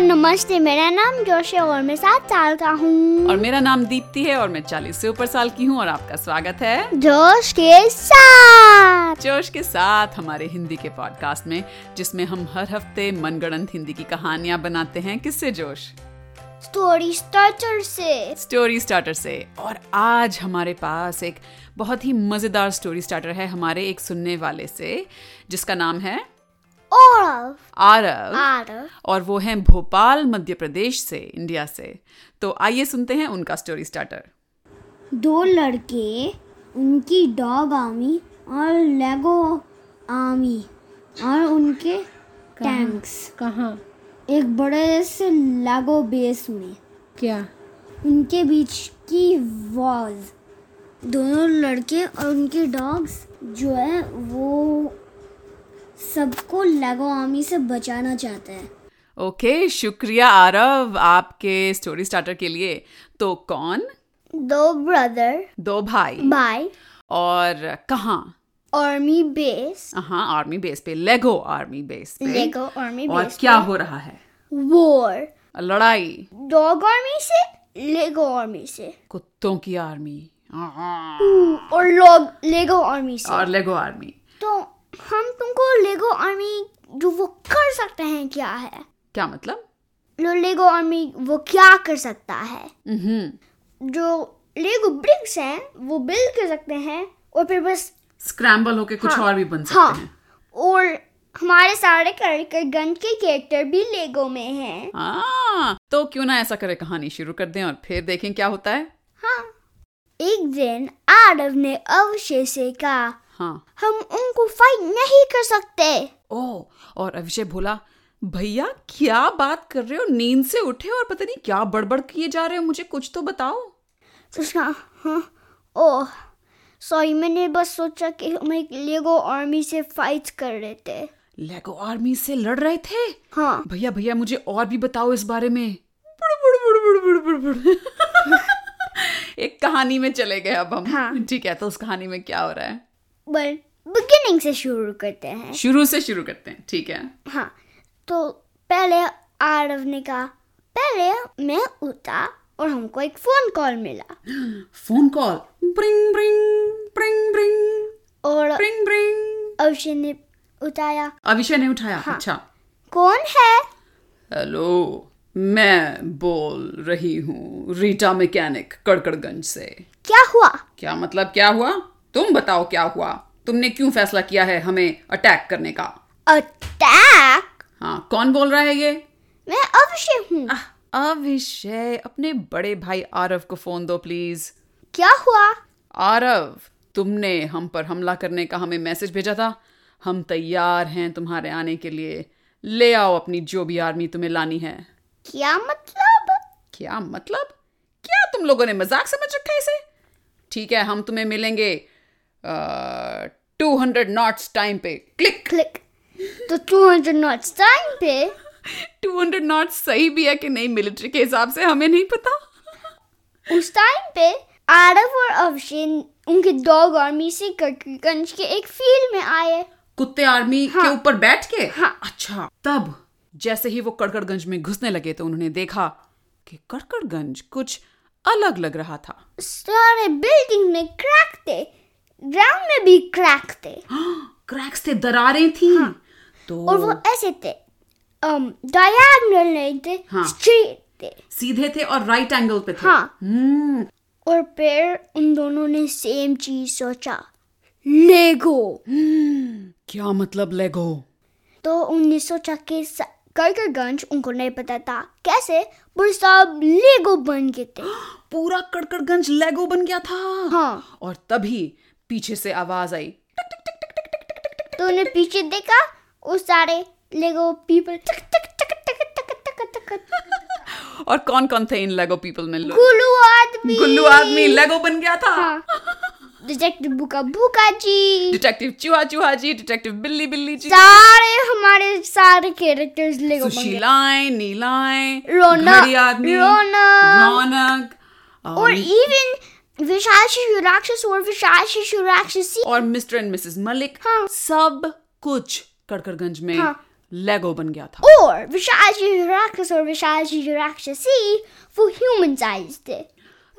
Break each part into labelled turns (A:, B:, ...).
A: नमस्ते मेरा नाम जोश है और मैं सात साल का हूँ
B: और मेरा नाम दीप्ति है और मैं चालीस से ऊपर साल की हूँ और आपका स्वागत है
A: जोश के साथ
B: जोश के साथ हमारे हिंदी के पॉडकास्ट में जिसमें हम हर हफ्ते मनगढ़ंत हिंदी की कहानियां बनाते हैं किससे जोश
A: स्टोरी स्टार्टर से
B: स्टोरी स्टार्टर से और आज हमारे पास एक बहुत ही मजेदार स्टोरी स्टार्टर है हमारे एक सुनने वाले से जिसका नाम है
A: और
B: आरव
A: आर
B: और वो हैं भोपाल मध्य प्रदेश से इंडिया से तो आइए सुनते हैं उनका स्टोरी स्टार्टर
C: दो लड़के उनकी डॉग आर्मी और लेगो आर्मी और उनके टैंक्स
D: कहाँ
C: एक बड़े से लेगो बेस में
D: क्या
C: उनके बीच की वॉल दोनों लड़के और उनके डॉग्स जो है वो सबको लेगो आर्मी से बचाना चाहते हैं
B: ओके शुक्रिया आरव आपके स्टोरी स्टार्टर के लिए तो कौन
A: दो ब्रदर
B: दो भाई
A: बाय
B: और कहाँ
A: आर्मी बेस
B: हाँ आर्मी बेस पे लेगो आर्मी बेस पे
A: लेगो आर्मी
B: और
A: बेस
B: क्या हो रहा है
A: वॉर
B: लड़ाई
A: डॉग आर्मी से लेगो आर्मी से
B: कुत्तों की आर्मी
A: और लोग लेगो आर्मी से
B: और लेगो आर्मी
A: तो हम तुमको लेगो आर्मी जो वो कर सकते हैं क्या है
B: क्या मतलब
A: लो लेगो आर्मी वो क्या कर सकता है
B: हम्म
A: जो लेगो ब्रिक्स हैं वो बिल्ड कर सकते हैं और फिर बस
B: स्क्रैम्बल होके कुछ और भी बन सकते
A: हाँ
B: हैं
A: और हमारे सारे कैरेक्टर गन के कैरेक्टर भी लेगो में हैं
B: हाँ तो क्यों ना ऐसा करें कहानी शुरू कर दें और फिर देखें क्या होता है
A: हाँ एक दिन आरव ने अवशे से कहा
B: हाँ
A: हम उनको फाइट नहीं कर सकते
B: ओ और अभिषेक बोला भैया क्या बात कर रहे हो नींद से उठे और पता नहीं क्या बड़बड़ किए जा रहे हो मुझे कुछ तो बताओ
A: तो उसका हाँ ओह सॉरी मैंने बस सोचा कि हम एक लेगो आर्मी से फाइट कर रहे थे
B: लेगो आर्मी से लड़ रहे थे
A: हाँ
B: भैया भैया मुझे और भी बताओ इस बारे में बुड़ बुड़ बुड़ बुड़ बुड़ बुड़ बुड़। एक कहानी में चले गए अब हम
A: हाँ।
B: ठीक है तो उस कहानी में क्या हो रहा है
A: बट बिगिनिंग से शुरू करते हैं
B: शुरू से शुरू करते हैं ठीक है
A: हाँ तो पहले आरव ने कहा पहले मैं उठा और हमको एक फोन कॉल मिला
B: phone call bring bring bring bring
A: और
B: ब्रिंग ब्रिंग
A: अवशे ने उठाया
B: अभिषेक ने उठाया अच्छा
A: कौन है
B: हेलो मैं बोल रही हूँ रीटा मैकेनिक कड़कड़गंज से
A: क्या हुआ
B: क्या मतलब क्या हुआ तुम बताओ क्या हुआ तुमने क्यों फैसला किया है हमें अटैक करने का
A: अटैक
B: हाँ कौन बोल रहा है ये
A: मैं अवश्य हूँ
B: आह, अभिषेक अपने बड़े भाई आरव को फोन दो प्लीज
A: क्या हुआ
B: आरव तुमने हम पर हमला करने का हमें मैसेज भेजा था हम तैयार हैं तुम्हारे आने के लिए ले आओ अपनी जो भी आर्मी तुम्हें लानी है
A: क्या मतलब
B: क्या मतलब क्या तुम लोगों ने मजाक समझ रखा है इसे ठीक है हम तुम्हें मिलेंगे टू हंड्रेड नॉट्स टाइम पे क्लिक
A: क्लिक तो 200 नॉट्स टाइम पे
B: टू हंड्रेड नॉट्स सही भी है कि नहीं मिलिट्री के हिसाब से हमें नहीं पता
A: उस टाइम पे आरव और अवशे उनके डॉग आर्मी से करकरगंज के एक फील्ड में आए
B: कुत्ते आर्मी के ऊपर बैठ के
A: हाँ।
B: अच्छा तब जैसे ही वो कड़कड़गंज में घुसने लगे तो उन्होंने देखा कि कड़कड़गंज कुछ अलग लग रहा था
A: सारे बिल्डिंग में क्रैक थे ग्राउंड में भी क्रैक थे
B: क्रैक्स थे दरारें थी
A: हाँ।
B: तो
A: और वो ऐसे थे Um, डायगोनल नहीं थे
B: हाँ।
A: स्ट्रेट थे
B: सीधे थे और राइट एंगल पे थे
A: हाँ।
B: हम्म,
A: और फिर उन दोनों ने सेम चीज सोचा लेगो
B: क्या मतलब लेगो
A: तो उनने सोचा कि स- करकरगंज उनको नहीं पता था कैसे पर सब लेगो बन गए थे
B: पूरा कड़कड़गंज लेगो बन गया था
A: हाँ
B: और तभी पीछे से आवाज आई
A: तो उन्हें पीछे देखा और सारे लेगो पीपल टक टक टक टक टक टक टक टक
B: और कौन कौन थे इन लेगो पीपल में लोग
A: गुल्लू हाँ। आदमी
B: गुल्लू आदमी लेगो बन गया था
A: डिटेक्टिव बुका बुका जी
B: डिटेक्टिव चूहा चूहा जी डिटेक्टिव बिल्ली बिल्ली जी
A: सारे हमारे सारे कैरेक्टर्स लेगो बन गए
B: सुशीलाएं नीलाएं
A: रौनक-
B: घड़ी आदमी
A: रौनक।
B: रौनक
A: और
B: और,
A: इवन विशाल शिशु राक्षस और विशाल शिशु राक्षसी
B: और मिस्टर एंड मिसेस मलिक
A: हाँ।
B: सब कुछ कड़कड़गंज में
A: हाँ।
B: लेगो बन गया था
A: Or Vishaji Hirakas or Vishaji Hirakshasi for human sized थे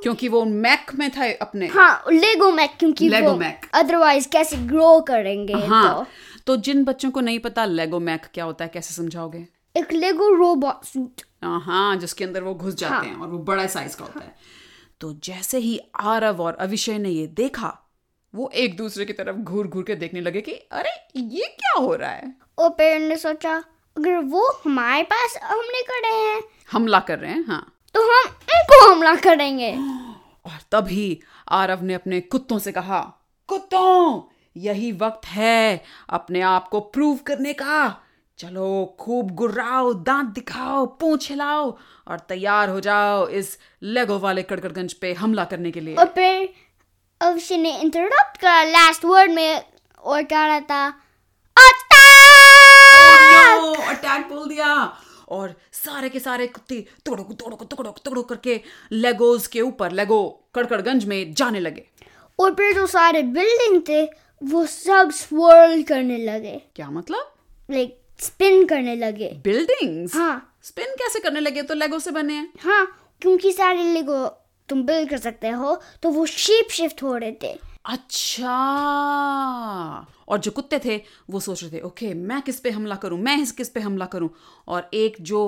B: क्योंकि वो मैक में था अपने
A: हाँ लेगो मैक क्योंकि
B: Lego
A: वो
B: Mac.
A: अदरवाइज कैसे ग्रो करेंगे
B: हाँ तो जिन बच्चों को नहीं पता लेगो मैक क्या होता है कैसे समझाओगे
A: तो एक लेगो रोबोट सूट
B: हाँ जिसके अंदर वो घुस जाते हैं और वो बड़ा साइज का होता है तो जैसे ही आरव और अविषय ने ये देखा वो एक दूसरे की तरफ घूर घूर के देखने लगे कि अरे ये क्या हो रहा है
A: और पेरेंट ने सोचा अगर वो हमारे पास हमले कर रहे हैं
B: हमला कर रहे हैं हाँ
A: तो हम उनको हमला करेंगे
B: और तभी आरव ने अपने कुत्तों से कहा कुत्तों यही वक्त है अपने आप को प्रूव करने का चलो खूब गुर्राओ दांत दिखाओ पूंछ हिलाओ और तैयार हो जाओ इस लेगो वाले कड़कड़गंज पे हमला करने के लिए
A: और फिर अवश्य ने इंटरप्ट करा लास्ट वर्ड में और क्या रहा था "Attack!"
B: अटैक बोल दिया और सारे के सारे कुत्ते तोड़ो तोड़ो तोड़ो तोड़ो करके लेगोज के ऊपर लेगो कड़कड़गंज में जाने लगे
A: और फिर जो सारे बिल्डिंग थे वो सब स्वर्ल करने लगे
B: क्या मतलब
A: लाइक स्पिन करने लगे
B: बिल्डिंग्स
A: हाँ
B: स्पिन कैसे करने लगे तो लेगो से बने हैं
A: हाँ क्योंकि सारे लेगो तुम बिल्ड कर सकते हो तो वो शेप शिफ्ट हो रहे थे
B: अच्छा और जो कुत्ते थे वो सोच रहे थे ओके मैं किस पे हमला करूं मैं इस किस पे हमला करूं और एक जो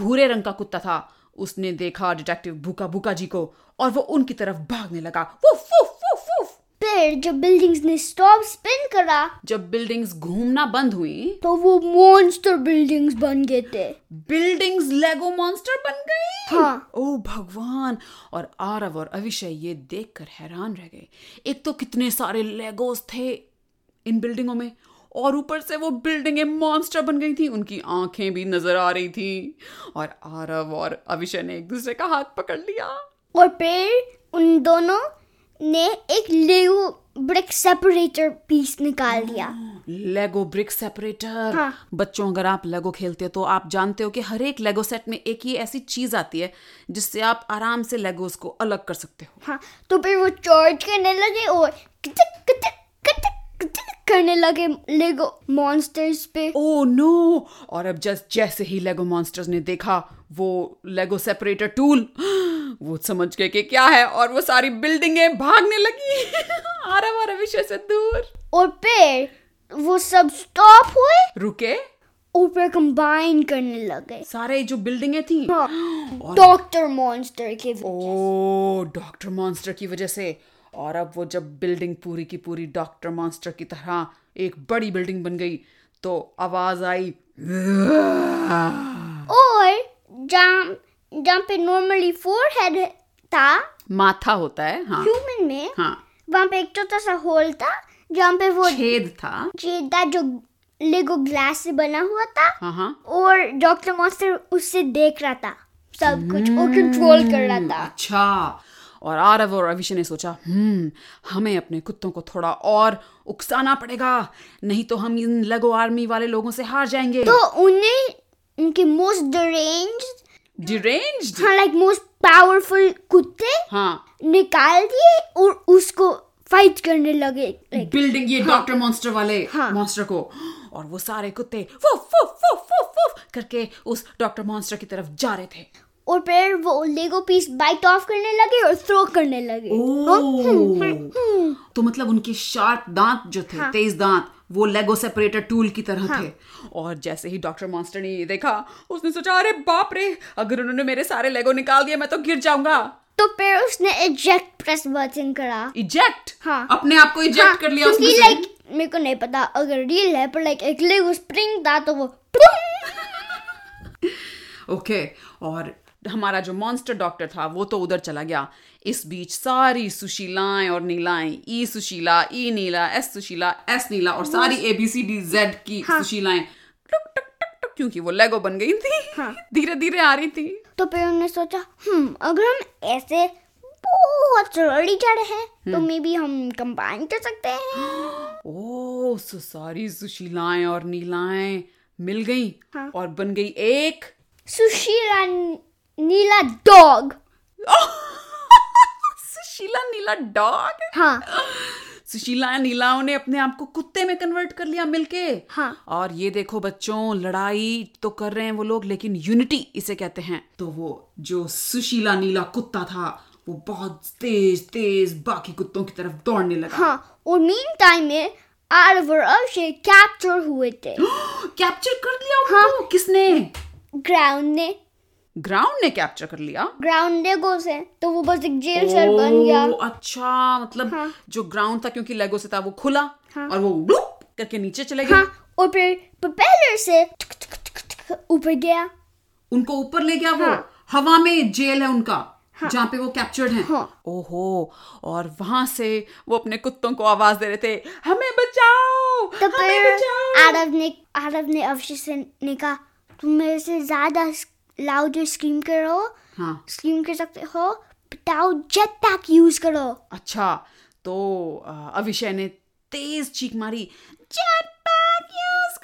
B: भूरे रंग का कुत्ता था उसने देखा डिटेक्टिव भूका भूका जी को और वो उनकी तरफ भागने लगा वुफ वुफ वुफ वुफ
A: फिर जब बिल्डिंग्स ने स्टॉप स्पिन करा
B: जब बिल्डिंग्स घूमना बंद हुई
A: तो वो मॉन्स्टर बिल्डिंग्स बन गए थे
B: बिल्डिंग्स लेगो मॉन्स्टर बन गई
A: हाँ।
B: ओ भगवान और आरव और अविषय ये देखकर हैरान रह गए एक तो कितने सारे लेगोस थे इन बिल्डिंगों में और ऊपर से वो बिल्डिंगें मॉन्स्टर बन गई थी उनकी आंखें भी नजर आ रही थी और आरव और अविषय ने एक दूसरे का हाथ पकड़ लिया
A: और फिर उन दोनों ने एक लेगो ब्रिक सेपरेटर पीस निकाल दिया
B: लेगो ब्रिक सेपरेटर
A: हाँ।
B: बच्चों अगर आप लेगो खेलते हो तो आप जानते हो कि हर एक लेगो सेट में एक ही ऐसी चीज आती है जिससे आप आराम से लेगोस को अलग कर सकते हो
A: हाँ तो फिर वो चार्ज करने लगे और कटक कटक कटक कटक करने लगे लेगो मॉन्स्टर्स पे
B: ओ नो Oh और अब जस्ट जैसे ही लेगो मॉन्स्टर्स ने देखा वो लेगो सेपरेटर टूल वो समझ गए कि क्या है और वो सारी बिल्डिंगें भागने लगी आरव और अविषय से दूर
A: और फिर वो सब स्टॉप हुए
B: रुके
A: और फिर कंबाइन करने लगे
B: सारे जो बिल्डिंगें थी
A: डॉक्टर मॉन्स्टर के
B: ओ डॉक्टर मॉन्स्टर की वजह से और अब वो जब बिल्डिंग पूरी की पूरी डॉक्टर मॉन्स्टर की तरह एक बड़ी बिल्डिंग बन गई तो आवाज आई
A: और जहाँ जहाँ पे नॉर्मली फोर हेड था
B: माथा होता है हाँ
A: ह्यूमन में
B: हाँ
A: वहाँ पे एक छोटा सा होल था जहाँ पे वो
B: छेद था
A: चेता जो लेगो ग्लास से बना हुआ था
B: हाँ हाँ
A: और डॉक्टर मॉन्स्टर उससे देख रहा था सब कुछ और कंट्रोल कर रहा था
B: अच्छा और आरव और अविषय ने सोचा हम्म हमें अपने कुत्तों को थोड़ा और उकसाना पड़ेगा नहीं तो हम इन लगो आर्मी वाले लोगों से हार जाएंगे
A: तो उन्हें उनके मोस्ट डरेंज
B: डिरेंज्ड
A: हाँ लाइक मोस्ट पावरफुल कुत्ते
B: हाँ
A: निकाल दिए और उसको फाइट करने लगे लाइक
B: बिल्डिंग ये डॉक्टर मॉन्स्टर वाले
A: हाँ।
B: मॉन्स्टर को और वो सारे कुत्ते woof woof woof woof woof करके उस डॉक्टर मॉन्स्टर की तरफ जा रहे थे
A: और फिर वो लेगो पीस बाइट ऑफ करने लगे और थ्रो करने लगे
B: ओह।
A: हाँ।
B: तो मतलब उनके शार्प दांत जो थे तेज दांत वो लेगो सेपरेटर टूल की तरह
A: हाँ।
B: थे और जैसे ही डॉक्टर मॉन्स्टर ने ये देखा उसने सोचा अरे बाप रे अगर उन्होंने मेरे सारे लेगो निकाल दिए मैं तो गिर जाऊंगा
A: तो फिर उसने एजेक्ट प्रेस बटन करा
B: इजेक्ट
A: हाँ।
B: अपने आप को
A: हाँ,
B: इजेक्ट कर लिया उसने
A: क्योंकि लाइक मेरे को नहीं पता अगर रियल है पर लाइक एक लेगो स्प्रिंग था तो वो पुंग!
B: ओके और हमारा जो मॉन्स्टर डॉक्टर था वो तो उधर चला गया इस बीच सारी सुशीलाएं और नीलाएं E Sushila E Neela S Sushila S Neela और सारी A B C D Z की सुशीलाएं टुक टुक टुक टुक क्योंकि वो लेगो बन गई थी धीरे धीरे आ रही थी
A: तो फिर उन्होंने सोचा हम अगर हम ऐसे बहुत जल्दी जा रहे हैं
B: हम्म।
A: तो मे बी हम कंबाइन कर सकते हैं
B: ओ सो सारी सुशीलाएं और नीलाएं मिल गई
A: हाँ।
B: और बन गई एक
A: सुशीला न- नीला डॉग
B: सुशीला नीला डॉग
A: हाँ
B: सुशीला एंड नीलाओं ने अपने आप को कुत्ते में कन्वर्ट कर लिया मिलके
A: हाँ।
B: और ये देखो बच्चों लड़ाई तो कर रहे हैं वो लोग लेकिन यूनिटी इसे कहते हैं तो वो जो सुशीला नीला कुत्ता था वो बहुत तेज तेज बाकी कुत्तों की तरफ दौड़ने लगा
A: हाँ और मीन टाइम में आरव और अक्षय कैप्चर हुए थे
B: कैप्चर कर लिया उनको
A: हाँ।
B: किसने
A: ग्राउंड ने
B: ग्राउंड ने कैप्चर कर लिया
A: ग्राउंड ने गो से तो वो बस एक जेल सेल बन गया
B: ओह, अच्छा मतलब
A: हाँ।
B: जो ग्राउंड था क्योंकि लेगो से था वो खुला
A: हाँ।
B: और वो ब्लूप करके नीचे चले गए
A: हाँ और फिर प्रोपेलर से टक, टक, टक, टक, ऊपर गया
B: उनको ऊपर ले गया वो
A: हाँ।
B: हवा में जेल है उनका जहाँ पे वो कैप्चर्ड हैं
A: हाँ।
B: ओहो और वहां से वो अपने कुत्तों को आवाज दे रहे थे हमें बचाओ
A: तो
B: हमें
A: फिर
B: बचाओ
A: आरव ने आरव ने अक्षय से ने कहा तुम मेरे से ज्यादा लाउड स्क्रीम करो
B: हाँ
A: स्क्रीम कर सकते हो बताओ जेट पैक यूज करो
B: अच्छा तो अ, अभिषेक ने तेज चीख मारी
A: jetpack use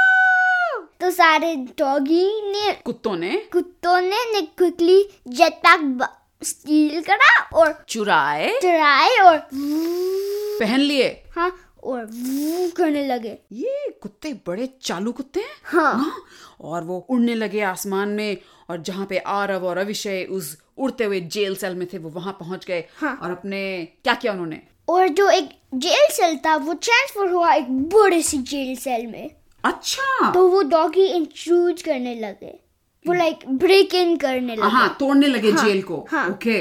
A: करो तो सारे डॉगी ने
B: कुत्तों ने
A: कुत्तों ने ने क्विकली jetpack स्टील करा और
B: चुराए
A: चराए और
B: पहन लिए
A: हाँ और वू करने लगे
B: ये कुत्ते बड़े चालू कुत्ते हैं
A: हाँ
B: हाँ, और वो उड़ने लगे आसमान में और जहाँ पे आरव और अभिषेक उस उड़ते हुए जेल सेल में थे वो वहां पहुंच गए
A: हाँ।
B: और अपने क्या किया उन्होंने
A: और जो एक जेल सेल था वो ट्रांसफर हुआ एक बड़े सी जेल सेल में
B: अच्छा
A: तो वो डॉगी इंट्रूज करने लगे वो लाइक ब्रेक इन करने लगे
B: हाँ तोड़ने लगे जेल को
A: हाँ।
B: ओके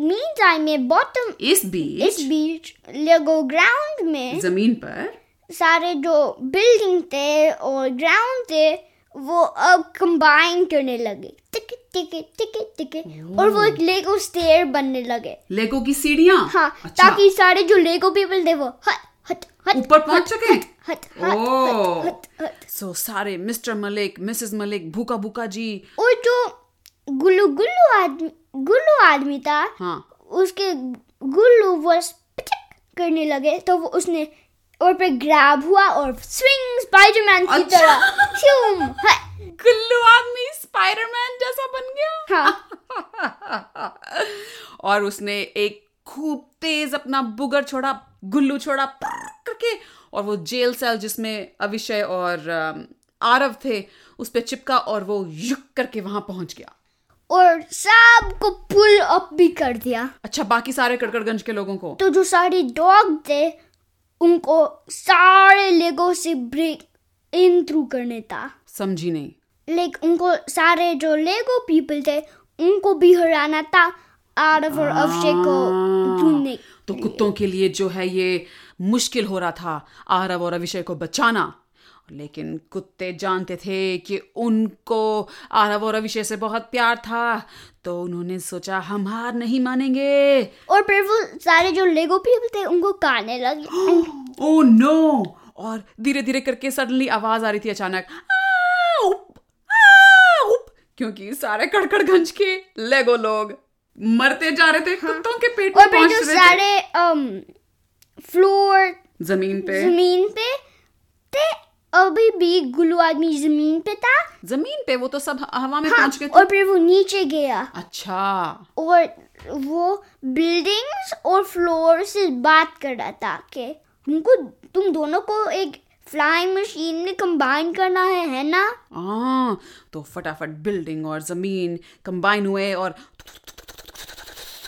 A: मीन टाइम में बॉटम
B: इस बीच
A: इस बीच लेगो ग्राउंड में
B: जमीन पर
A: सारे जो बिल्डिंग थे और ग्राउंड थे वो अब कंबाइन करने लगे टिके टिके टिके टिके और वो एक लेगो स्टेयर बनने लगे
B: लेगो की सीढ़ियाँ
A: हाँ
B: अच्छा
A: ताकि सारे जो लेगो पीपल थे वो हट हट हट
B: ऊपर पहुंच सके
A: हट हट
B: ओह।
A: हट हट हट
B: सो सारे मिस्टर मलिक मिसेस मलिक भूखा भूखा जी
A: और जो गुल्लू गुल्लू आदमी गुल्लू आदमी था
B: हाँ
A: उसके गुल्लू बस पिचक करने लगे तो वो उसने और पे ग्रैब हुआ और स्विंग स्पाइडरमैन की
B: अच्छा।
A: तरह हाँ, ह्यूम हट
B: गुल्लू आदमी स्पाइडरमैन जैसा बन गया
A: हाँ
B: और उसने एक खूब तेज अपना बुगर छोड़ा गुल्लू छोड़ा प्र्र करके और वो जेल सेल जिसमें अविषय और अम, आरव थे उस पे चिपका और वो युक करके वहां पहुंच गया
A: और सबको पुल अप भी कर दिया
B: अच्छा बाकी सारे कड़कड़गंज के लोगों को
A: तो जो सारे डॉग थे उनको सारे लेगो से ब्रेक इन थ्रू करने था
B: समझी नहीं
A: लाइक उनको सारे जो लेगो पीपल थे उनको भी हराना था आरव और अभिषेक को
B: हाँ।
A: ढूंढने
B: तो कुत्तों के लिए जो है ये मुश्किल हो रहा था आरव और अभिषेक को बचाना लेकिन कुत्ते जानते थे कि उनको आरव और अभिषेक से बहुत प्यार था तो उन्होंने सोचा हम हार नहीं मानेंगे
A: और फिर वो सारे जो लेगो पीपल थे उनको खाने लगे
B: ओ नो "Oh और धीरे धीरे करके सडनली आवाज आ रही थी अचानक "आ, उप, आ, उप", क्योंकि सारे कड़कड़गंज के लेगो लोग मरते जा रहे थे कुत्तों के पेट में
A: हाँ। और फिर जो
B: पहुंच रहे थे
A: सारे um, अम फ्लोर
B: जमीन पे
A: जमीन पे थे अभी भी गुल्लू आदमी जमीन पे था
B: जमीन पे वो तो सब हवा में
A: हाँ,
B: पहुंच गए थे।
A: और फिर वो नीचे गया
B: अच्छा
A: और वो बिल्डिंग्स और फ्लोर से बात कर रहा था कि हमको तुम दोनों को एक फ्लाइंग मशीन में कंबाइन करना है है ना
B: आ, तो फटाफट बिल्डिंग और जमीन कंबाइन हुए और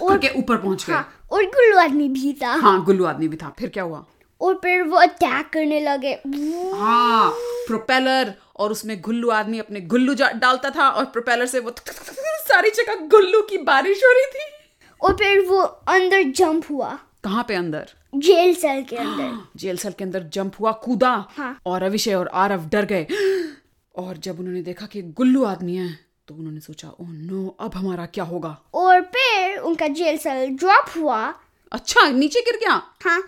A: और
B: के ऊपर पहुंच गए
A: हाँ और गुल्लू आदमी भी था
B: हाँ गुल्लू आदमी भी था फिर क्या हुआ
A: और फिर वो अटैक करने लगे
B: हाँ प्रोपेलर और उसमें गुल्लू आदमी अपने गुल्लू जा- डालता था और प्रोपेलर से वो सारी जगह गुल्लू की बारिश हो रही थी
A: और फिर वो अंदर जंप हुआ
B: कहाँ पे अंदर
A: जेल सेल के अंदर
B: जेल सेल के अंदर जंप हुआ कूदा
A: हाँ।
B: और अभिषेक और आरव डर गए और जब उन्होंने देखा कि गुल्लू आदमी है तो उन्होंने सोचा ओह नो अब हमारा क्या होगा
A: और फिर उनका जेल सेल ड्रॉप हुआ
B: अच्छा नीचे गिर गया
A: हाँ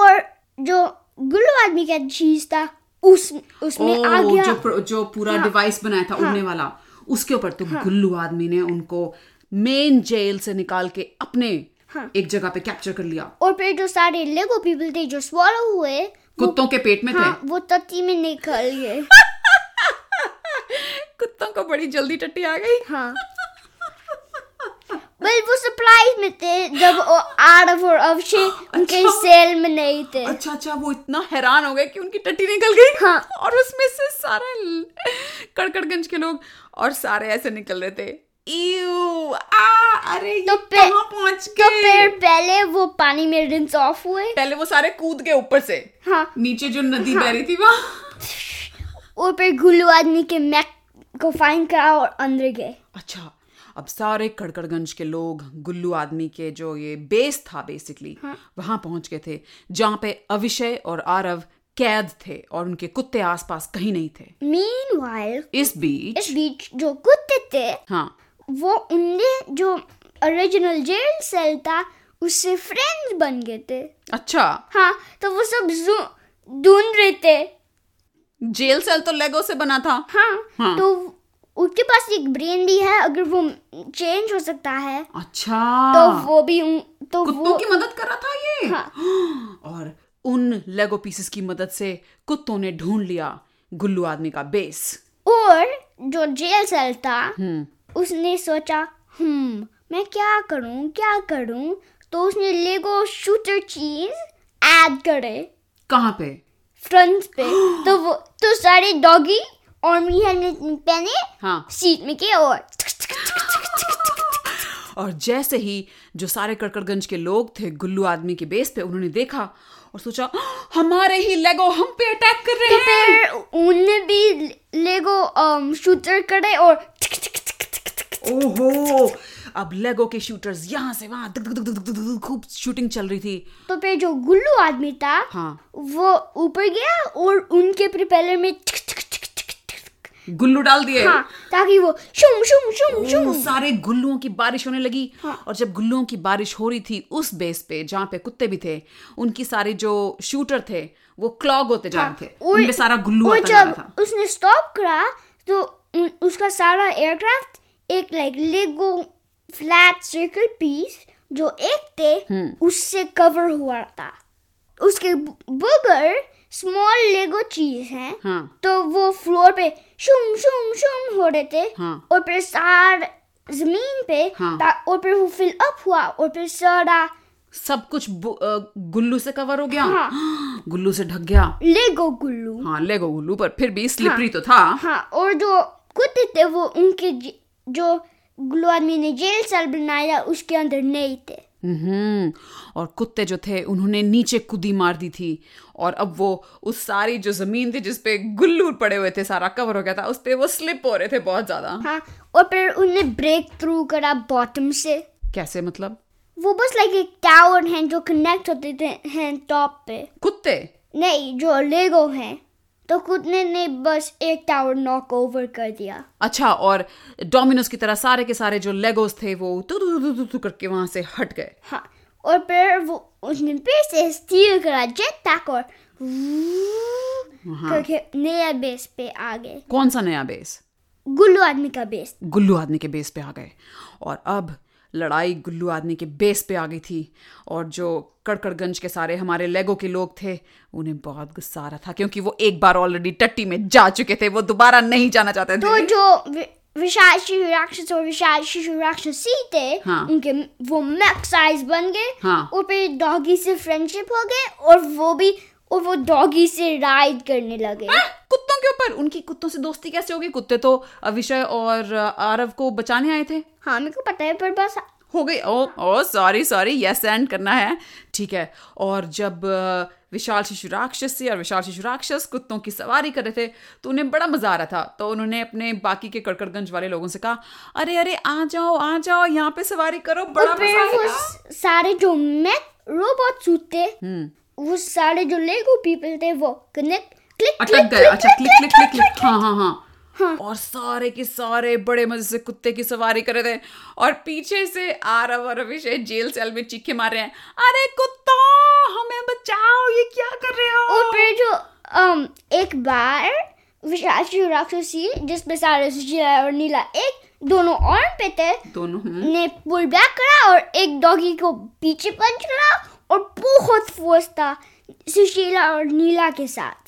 A: और जो गुल्लू आदमी का चीज था उस उसमें आ
B: ओह,
A: गया
B: जो प्र- जो पूरा डिवाइस बनाया था उड़ने वाला उसके ऊपर तो गुल्लू आदमी ने उनको मेन जेल से निकाल के अपने
A: हाँ।
B: एक जगह पे कैप्चर कर लिया
A: और फिर जो सारे लेगो पीपल थे जो स्वॉलो हुए
B: कुत्तों के पेट में
A: हाँ
B: थे
A: वो तत्ती में निकल गए
B: कुत्तों को बड़ी जल्दी टट्टी आ गई
A: हाँ well हाँ। वो surprise में थे जब वो आरव और अक्षय उनके
B: अच्छा।
A: सेल में नहीं थे
B: अच्छा अच्छा वो इतना हैरान हो गए कि उनकी टट्टी निकल गई
A: हाँ।
B: और उसमें से सारा ल- कड़कड़गंज के लोग और सारे ऐसे निकल रहे थे Ew, आ, अरे ये
A: तो पे-
B: कहाँ पहुंच
A: तो
B: गए
A: फिर पहले वो पानी में रिंस ऑफ हुए
B: पहले वो सारे कूद गए ऊपर से
A: हाँ
B: नीचे जो नदी बह रही थी वहाँ
A: और फिर गुल्लू आदमी के मैक को फाइंड करा और अंदर गए
B: अच्छा अब सारे कड़कड़गंज के लोग गुल्लू आदमी के जो ये बेस था बेसिकली वहां पहुंच गए थे जहाँ पे अविषय और आरव कैद थे और उनके कुत्ते आसपास कहीं नहीं थे
A: meanwhile
B: इस बीच
A: इस बीच जो कुत्ते थे
B: हाँ
A: वो उनने जो ओरिजिनल जेल सेल था उससे फ्रेंड्स बन गए थे
B: अच्छा
A: हाँ तो वो सब जू- ढूंढ रहे थे
B: जेल सेल तो लेगो से बना था
A: हाँ,
B: हाँ।
A: तो उसके पास एक ब्रेन भी है अगर वो चेंज हो सकता है
B: अच्छा
A: तो वो भी उन- तो
B: कुत्तों
A: वो
B: की मदद कर रहा था ये और उन लेगो पीसेस की मदद से कुत्तों ने ढूंढ लिया गुल्लू आदमी का बेस
A: और जो जेल सेल था
B: हम्म।
A: उसने सोचा हम्म मैं क्या करूं क्या करूं तो उसने लेगो शूटर चीज ऐड करे
B: कहाँ पे
A: फ्रंट पे तो वो तो सारे डॉगी और मिया ने पहने
B: हाँ
A: सीट में के और
B: और जैसे ही जो सारे कड़कड़गंज के लोग थे गुल्लू आदमी के बेस पे उन्होंने देखा और सोचा हमारे ही लेगो हम पे अटैक कर रहे हैं
A: फिर उनने भी लेगो अम, शूटर करे और
B: ओहो अब लेगो के शूटर्स यहाँ से वहाँ दुक- दुक- दुक- दुक- दुक- दुक- खूब शूटिंग चल रही थी
A: तो फिर जो गुल्लू आदमी था
B: हाँ
A: वो ऊपर गया और उनके प्रिपेलर में
B: गुल्लू डाल दिए
A: हाँ ताकि वो शुम शुम शुम
B: वो
A: शुम
B: सारे गुल्लुओं की बारिश होने लगी
A: हाँ।
B: और जब गुल्लुओं की बारिश हो रही थी उस बेस पे जहाँ पे कुत्ते भी थे उनकी सारे जो शूटर थे वो क्लॉग होते जा रहे थे
A: और-
B: उनमें सारा गुल्लू
A: और
B: आता जा रहा था
A: हाँ। जब उसने स्टॉप करा तो उन- उसका सारा एयरक्राफ्ट एक like Lego flat circle piece जो एक थे
B: हम्म।
A: उससे कवर हुआ था उसके बगर स्मॉल लेगो चीज हैं
B: हाँ
A: तो वो फ्लोर पे शुम शुम शुम हो रहे थे
B: हाँ।
A: और फिर सार जमीन पे
B: हाँ।
A: ता- और फिर वो फिल अप हुआ और फिर सारा
B: सब कुछ बु- अ, गुल्लू से कवर हो गया
A: हाँ।
B: गुल्लू से ढक गया
A: लेगो गुल्लू
B: हाँ लेगो गुल्लू पर फिर भी स्लिपरी तो था
A: हाँ और जो कुत्ते थे वो उनके जे- जो ग्लू आदमी ने जेल सेल बनाया उसके अंदर नहीं थे
B: हम्म और कुत्ते जो थे उन्होंने नीचे कुदी मार दी थी और अब वो उस सारी जो जमीन थी जिसपे गुल्लू पड़े हुए थे सारा कवर हो गया था उस पे वो स्लिप हो रहे थे बहुत ज्यादा
A: हाँ और फिर उनने ब्रेक थ्रू करा बॉटम से
B: कैसे मतलब
A: वो बस लाइक एक टावर हैं जो कनेक्ट होते थे हैं टॉप पे
B: कुत्ते
A: नहीं जो लेगो हैं तो कुत्ते ने बस एक टावर नॉक ओवर कर दिया
B: अच्छा और डोमिनोज की तरह सारे के सारे जो लेगोस थे वो तू तू तू तू तू करके वहां से हट गए
A: हाँ और फिर वो उसने फिर से स्टील करा जेट पैक और करके नया बेस पे आ गए
B: कौन सा नया बेस
A: गुल्लू आदमी का बेस
B: गुल्लू आदमी के बेस पे आ गए और अब लड़ाई गुल्लू आदमी के बेस पे आ गई थी और जो कड़कड़गंज के सारे हमारे लेगो के लोग थे उन्हें बहुत गुस्सा आ रहा था क्योंकि वो एक बार ऑलरेडी टट्टी में जा चुके थे वो दोबारा नहीं जाना चाहते
A: तो
B: थे
A: जो वि- विशाल शिशु राक्षस और विशाल शिशु राक्षसी थे
B: हाँ।
A: उनके वो मैक साइज बन गए
B: हाँ।
A: और फिर डॉगी से फ्रेंडशिप हो गए और वो भी और वो डॉगी से राइड करने लगे
B: हैं? हाँ, कुत्तों के ऊपर उनकी कुत्तों से दोस्ती कैसे होगी कुत्ते तो अविषय और आरव को बचाने आए थे
A: हाँ मेरे को पता है पर बस
B: हो गई Oh, oh oh sorry sorry yes end करना है ठीक है और जब अ, विशाल शिशु राक्षसी और विशाल शिशु राक्षस कुत्तों की सवारी कर रहे थे तो उन्हें बड़ा मजा आ रहा था तो उन्होंने अपने बाकी के कड़कड़गंज वाले लोगों से कहा अरे अरे आ जाओ आ जाओ यहाँ पे सवारी करो बड़ा
A: और
B: मजा
A: फिर वो
B: आएगा
A: स- सारे जो मैक रोबोट सूट थे
B: हम्म।
A: वो सारे जो लेगो पीपल थे वो कनेक्ट क्लिक
B: अटक
A: क्लिक
B: गए
A: क्लिक
B: अच्छा क्लिक क्लिक क्लिक क्लिक हाँ हाँ हाँ और सारे के सारे बड़े मजे से कुत्ते की सवारी कर रहे थे और पीछे से आरव और अभिषेक जेल सेल में चीखे मार रहे हैं अरे कुत्तों हमें बचाओ ये क्या कर रहे हो
A: और फिर जो um, एक बार विशाल शिशु राक्षसी जिसमें सारे सुशीला और नीला एक दोनों आर्म पे थे
B: दोनों हम्म।
A: ने पुल बैक करा और एक डॉगी को पीछे पंच करा और बहुत फोर्स था सुशीला और नीला के साथ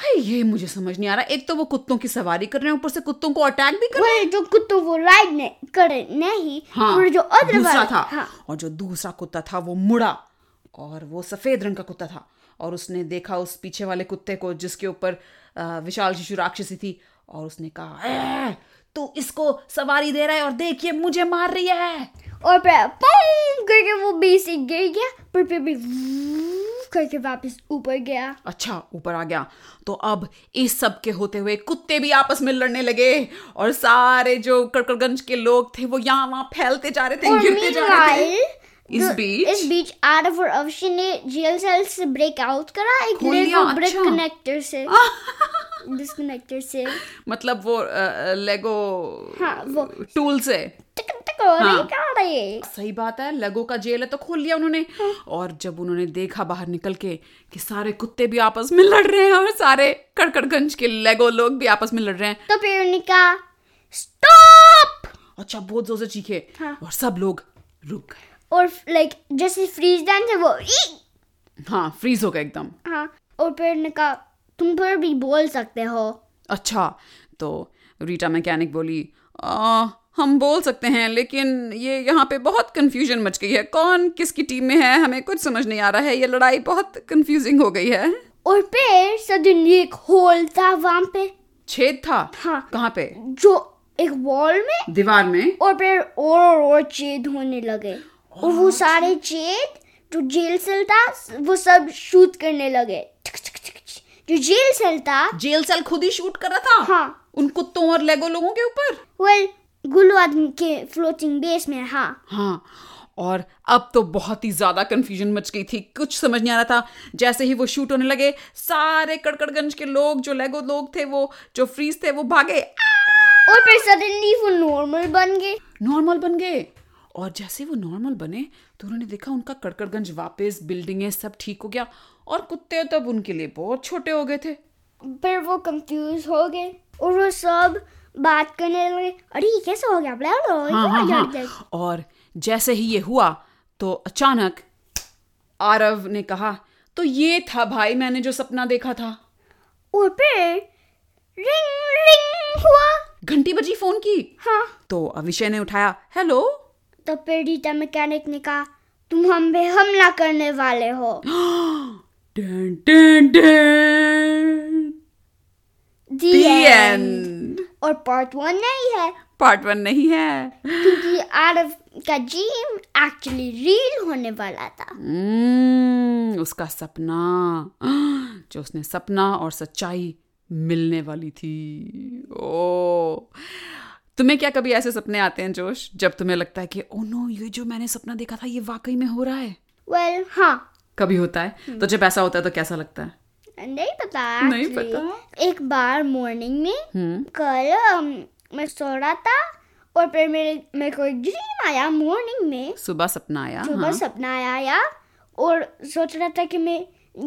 B: हाय ये मुझे समझ नहीं आ रहा एक तो वो कुत्तों की सवारी कर रहे हैं ऊपर से कुत्तों को अटैक भी कर
A: वही जो कुत्तों वो राइड ने करे नहीं
B: हाँ
A: और जो अदर
B: दूसरा
A: वाला
B: था
A: हाँ
B: और जो दूसरा कुत्ता था वो मुड़ा और वो सफेद रंग का कुत्ता था और उसने देखा उस पीछे वाले कुत्ते को जिसके ऊपर अ, विशाल शिशु राक्षसी थी और उसने कहा "ऐ, तू इसको सवारी दे रहा है और देखिए मुझे मार रही है
A: और फिर पम करके वो बेस गिर गया पर फिर भी वूव करके वापस ऊपर गया
B: अच्छा ऊपर आ गया तो अब इस सब के होते हुए कुत्ते भी आपस में लड़ने लगे और सारे जो कड़कड़गंज के लोग थे वो यहाँ वहाँ फैलते जा रहे थे
A: और
B: गिरते जा रहे थे
A: meanwhile,
B: इस
A: the-
B: बीच-
A: इस बीच आरव और अवशी ने जेल सेल से ब्रेक आउट करा एक
B: खोल
A: लेगो
B: लिया,
A: ब्रेक
B: अच्छा।
A: कनेक्टर से डिस्कनेक्टर से
B: मतलब वो अ, लेगो
A: हाँ वो
B: टूल से
A: टिक टिक हो रही
B: हाँ।
A: क्या रही
B: सही बात है लेगो का जेल है तो खोल लिया उन्होंने और जब उन्होंने देखा बाहर निकल के कि सारे कुत्ते भी आपस में लड़ रहे हैं और सारे कड़कड़गंज के लेगो लोग भी आपस में लड़ रहे हैं
A: तो फिर उन्होंने कहा स्टॉप
B: अच्छा बहुत जोर से चीखे
A: हाँ।
B: और सब लोग रुक गए
A: और लाइक जैसे फ्रीज डांस है वो "ई!"
B: हाँ फ्रीज हो गए एकदम
A: हाँ और फिर उन्होंने कहा तुम फिर भी बोल सकते हो
B: अच्छा तो रीटा मैकेनिक बोली "आ, हम बोल सकते हैं लेकिन ये यहाँ पे बहुत कंफ्यूजन मच गई है कौन किसकी टीम में है हमें कुछ समझ नहीं आ रहा है ये लड़ाई बहुत कंफ्यूजिंग हो गई है
A: और फिर सडनली एक होल था वहां पे
B: छेद था
A: हाँ।
B: कहाँ पे
A: जो एक वॉल में
B: दीवार में
A: और फिर और और, और छेद होने लगे और वो सारे
B: अच्छा।
A: छेद जो जेल सेल था वो सब शूट करने लगे छक, छक, छक, छक। जो जेल सेल था
B: जेल सेल खुद ही शूट कर रहा था
A: हाँ।
B: उन कुत्तों और लेगो लोगों के ऊपर
A: वेल गुल्लू आदमी के फ्लोटिंग बेस में हाँ
B: हाँ और अब तो बहुत ही ज्यादा कंफ्यूजन मच गई थी कुछ समझ नहीं आ रहा था जैसे ही वो शूट होने लगे सारे कड़कड़गंज के लोग जो लेगो लोग थे वो जो फ्रीज थे वो भागे
A: और फिर सडनली वो नॉर्मल बन गए
B: नॉर्मल बन गए और जैसे वो नॉर्मल बने तो उन्होंने देखा उनका कड़कड़गंज वापस बिल्डिंगें सब ठीक हो गया और कुत्ते तब उनके लिए बहुत छोटे हो गए थे
A: फिर वो कंफ्यूज हो गए और वो सब बात करने लगे अरे ये कैसे हो गया बड़ा
B: हाँ हाँ हाँ और जैसे ही ये हुआ तो अचानक आरव ने कहा तो ये था भाई मैंने जो सपना देखा था
A: और फिर रिंग रिंग हुआ
B: घंटी बजी फोन की
A: हाँ
B: तो अभिषय ने उठाया हेलो
A: तो फिर रीटा मैकेनिक ने कहा तुम हम पे हमला करने वाले हो
B: done done done
A: The end। और पार्ट वन नहीं है
B: पार्ट वन नहीं है
A: क्योंकि आरव का ड्रीम एक्चुअली रील होने वाला था
B: हम्म, उसका सपना जो उसने सपना और सच्चाई मिलने वाली थी ओ तुम्हें क्या कभी ऐसे सपने आते हैं जोश जब तुम्हें लगता है कि ओ नो ये जो मैंने सपना देखा था ये वाकई में हो रहा है
A: वेल well, हाँ
B: कभी होता है तो जब ऐसा होता है तो कैसा लगता है
A: नहीं पता
B: नहीं
A: actually।
B: पता।
A: एक बार मॉर्निंग में कल um, मैं सो रहा था और फिर मेरे मेरे को एक ड्रीम आया मॉर्निंग में
B: सुबह सपना आया
A: सुबह
B: हाँ
A: सपना तो आया या, और सोच रहा था कि मैं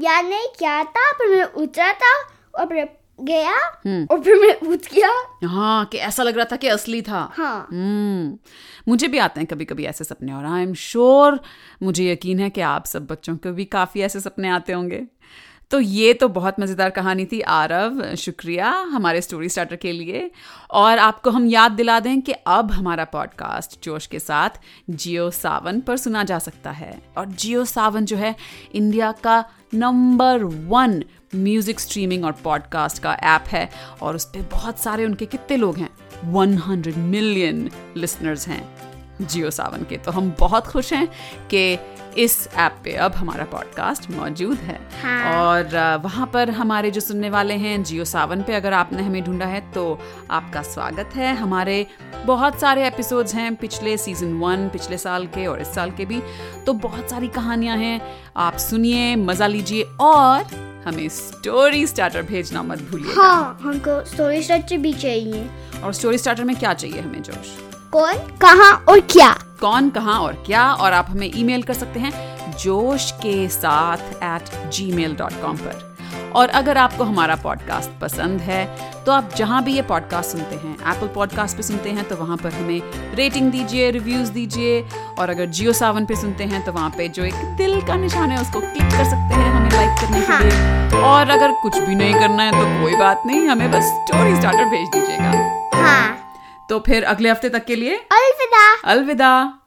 A: याद नहीं क्या था पर मैं उतरा था और फिर गया और फिर मैं उठ गया
B: हाँ कि ऐसा लग रहा था कि असली था
A: हाँ
B: हम्म मुझे भी आते हैं कभी कभी ऐसे सपने और आई एम श्योर मुझे यकीन है कि आप सब बच्चों को भी काफ़ी ऐसे सपने आते होंगे तो ये तो बहुत मज़ेदार कहानी थी आरव शुक्रिया हमारे स्टोरी स्टार्टर के लिए और आपको हम याद दिला दें कि अब हमारा पॉडकास्ट जोश के साथ जियो सावन पर सुना जा सकता है और जियो सावन जो है इंडिया का नंबर वन म्यूज़िक स्ट्रीमिंग और पॉडकास्ट का ऐप है और उस पर बहुत सारे उनके कितने लोग हैं 100 मिलियन लिसनर्स हैं जियो सावन के तो हम बहुत खुश हैं कि इस ऐप पे अब हमारा पॉडकास्ट मौजूद है
A: हाँ।
B: और अ, वहाँ पर हमारे जो सुनने वाले हैं जियो सावन पे अगर आपने हमें ढूंढा है तो आपका स्वागत है हमारे बहुत सारे एपिसोड्स हैं पिछले सीजन वन पिछले साल के और इस साल के भी तो बहुत सारी कहानियाँ हैं आप सुनिए मज़ा लीजिए और हमें स्टोरी स्टार्टर भेजना मत भूलिए
A: हाँ हमको स्टोरी स्ट्रक्चर भी चाहिए
B: और स्टोरी स्टार्टर में क्या चाहिए हमें जोश
A: कौन कहाँ और क्या
B: कौन कहाँ और क्या और आप हमें ईमेल कर सकते हैं जोश के साथ at gmail dot com पर और अगर आपको हमारा पॉडकास्ट पसंद है तो आप जहाँ भी ये पॉडकास्ट सुनते हैं एप्पल पॉडकास्ट पे सुनते हैं तो वहाँ पर हमें रेटिंग दीजिए रिव्यूज़ दीजिए और अगर जियो सावन पे सुनते हैं तो वहाँ पे जो एक दिल का निशान है उसको क्लिक कर सकते हैं हमें like लाइक करने के लिए और अगर कुछ भी नहीं करना है तो कोई बात नहीं हमें बस स्टोरी स्टार्टर भेज दीजिएगा
A: हाँ
B: तो फिर अगले हफ्ते तक के लिए
A: अलविदा
B: अलविदा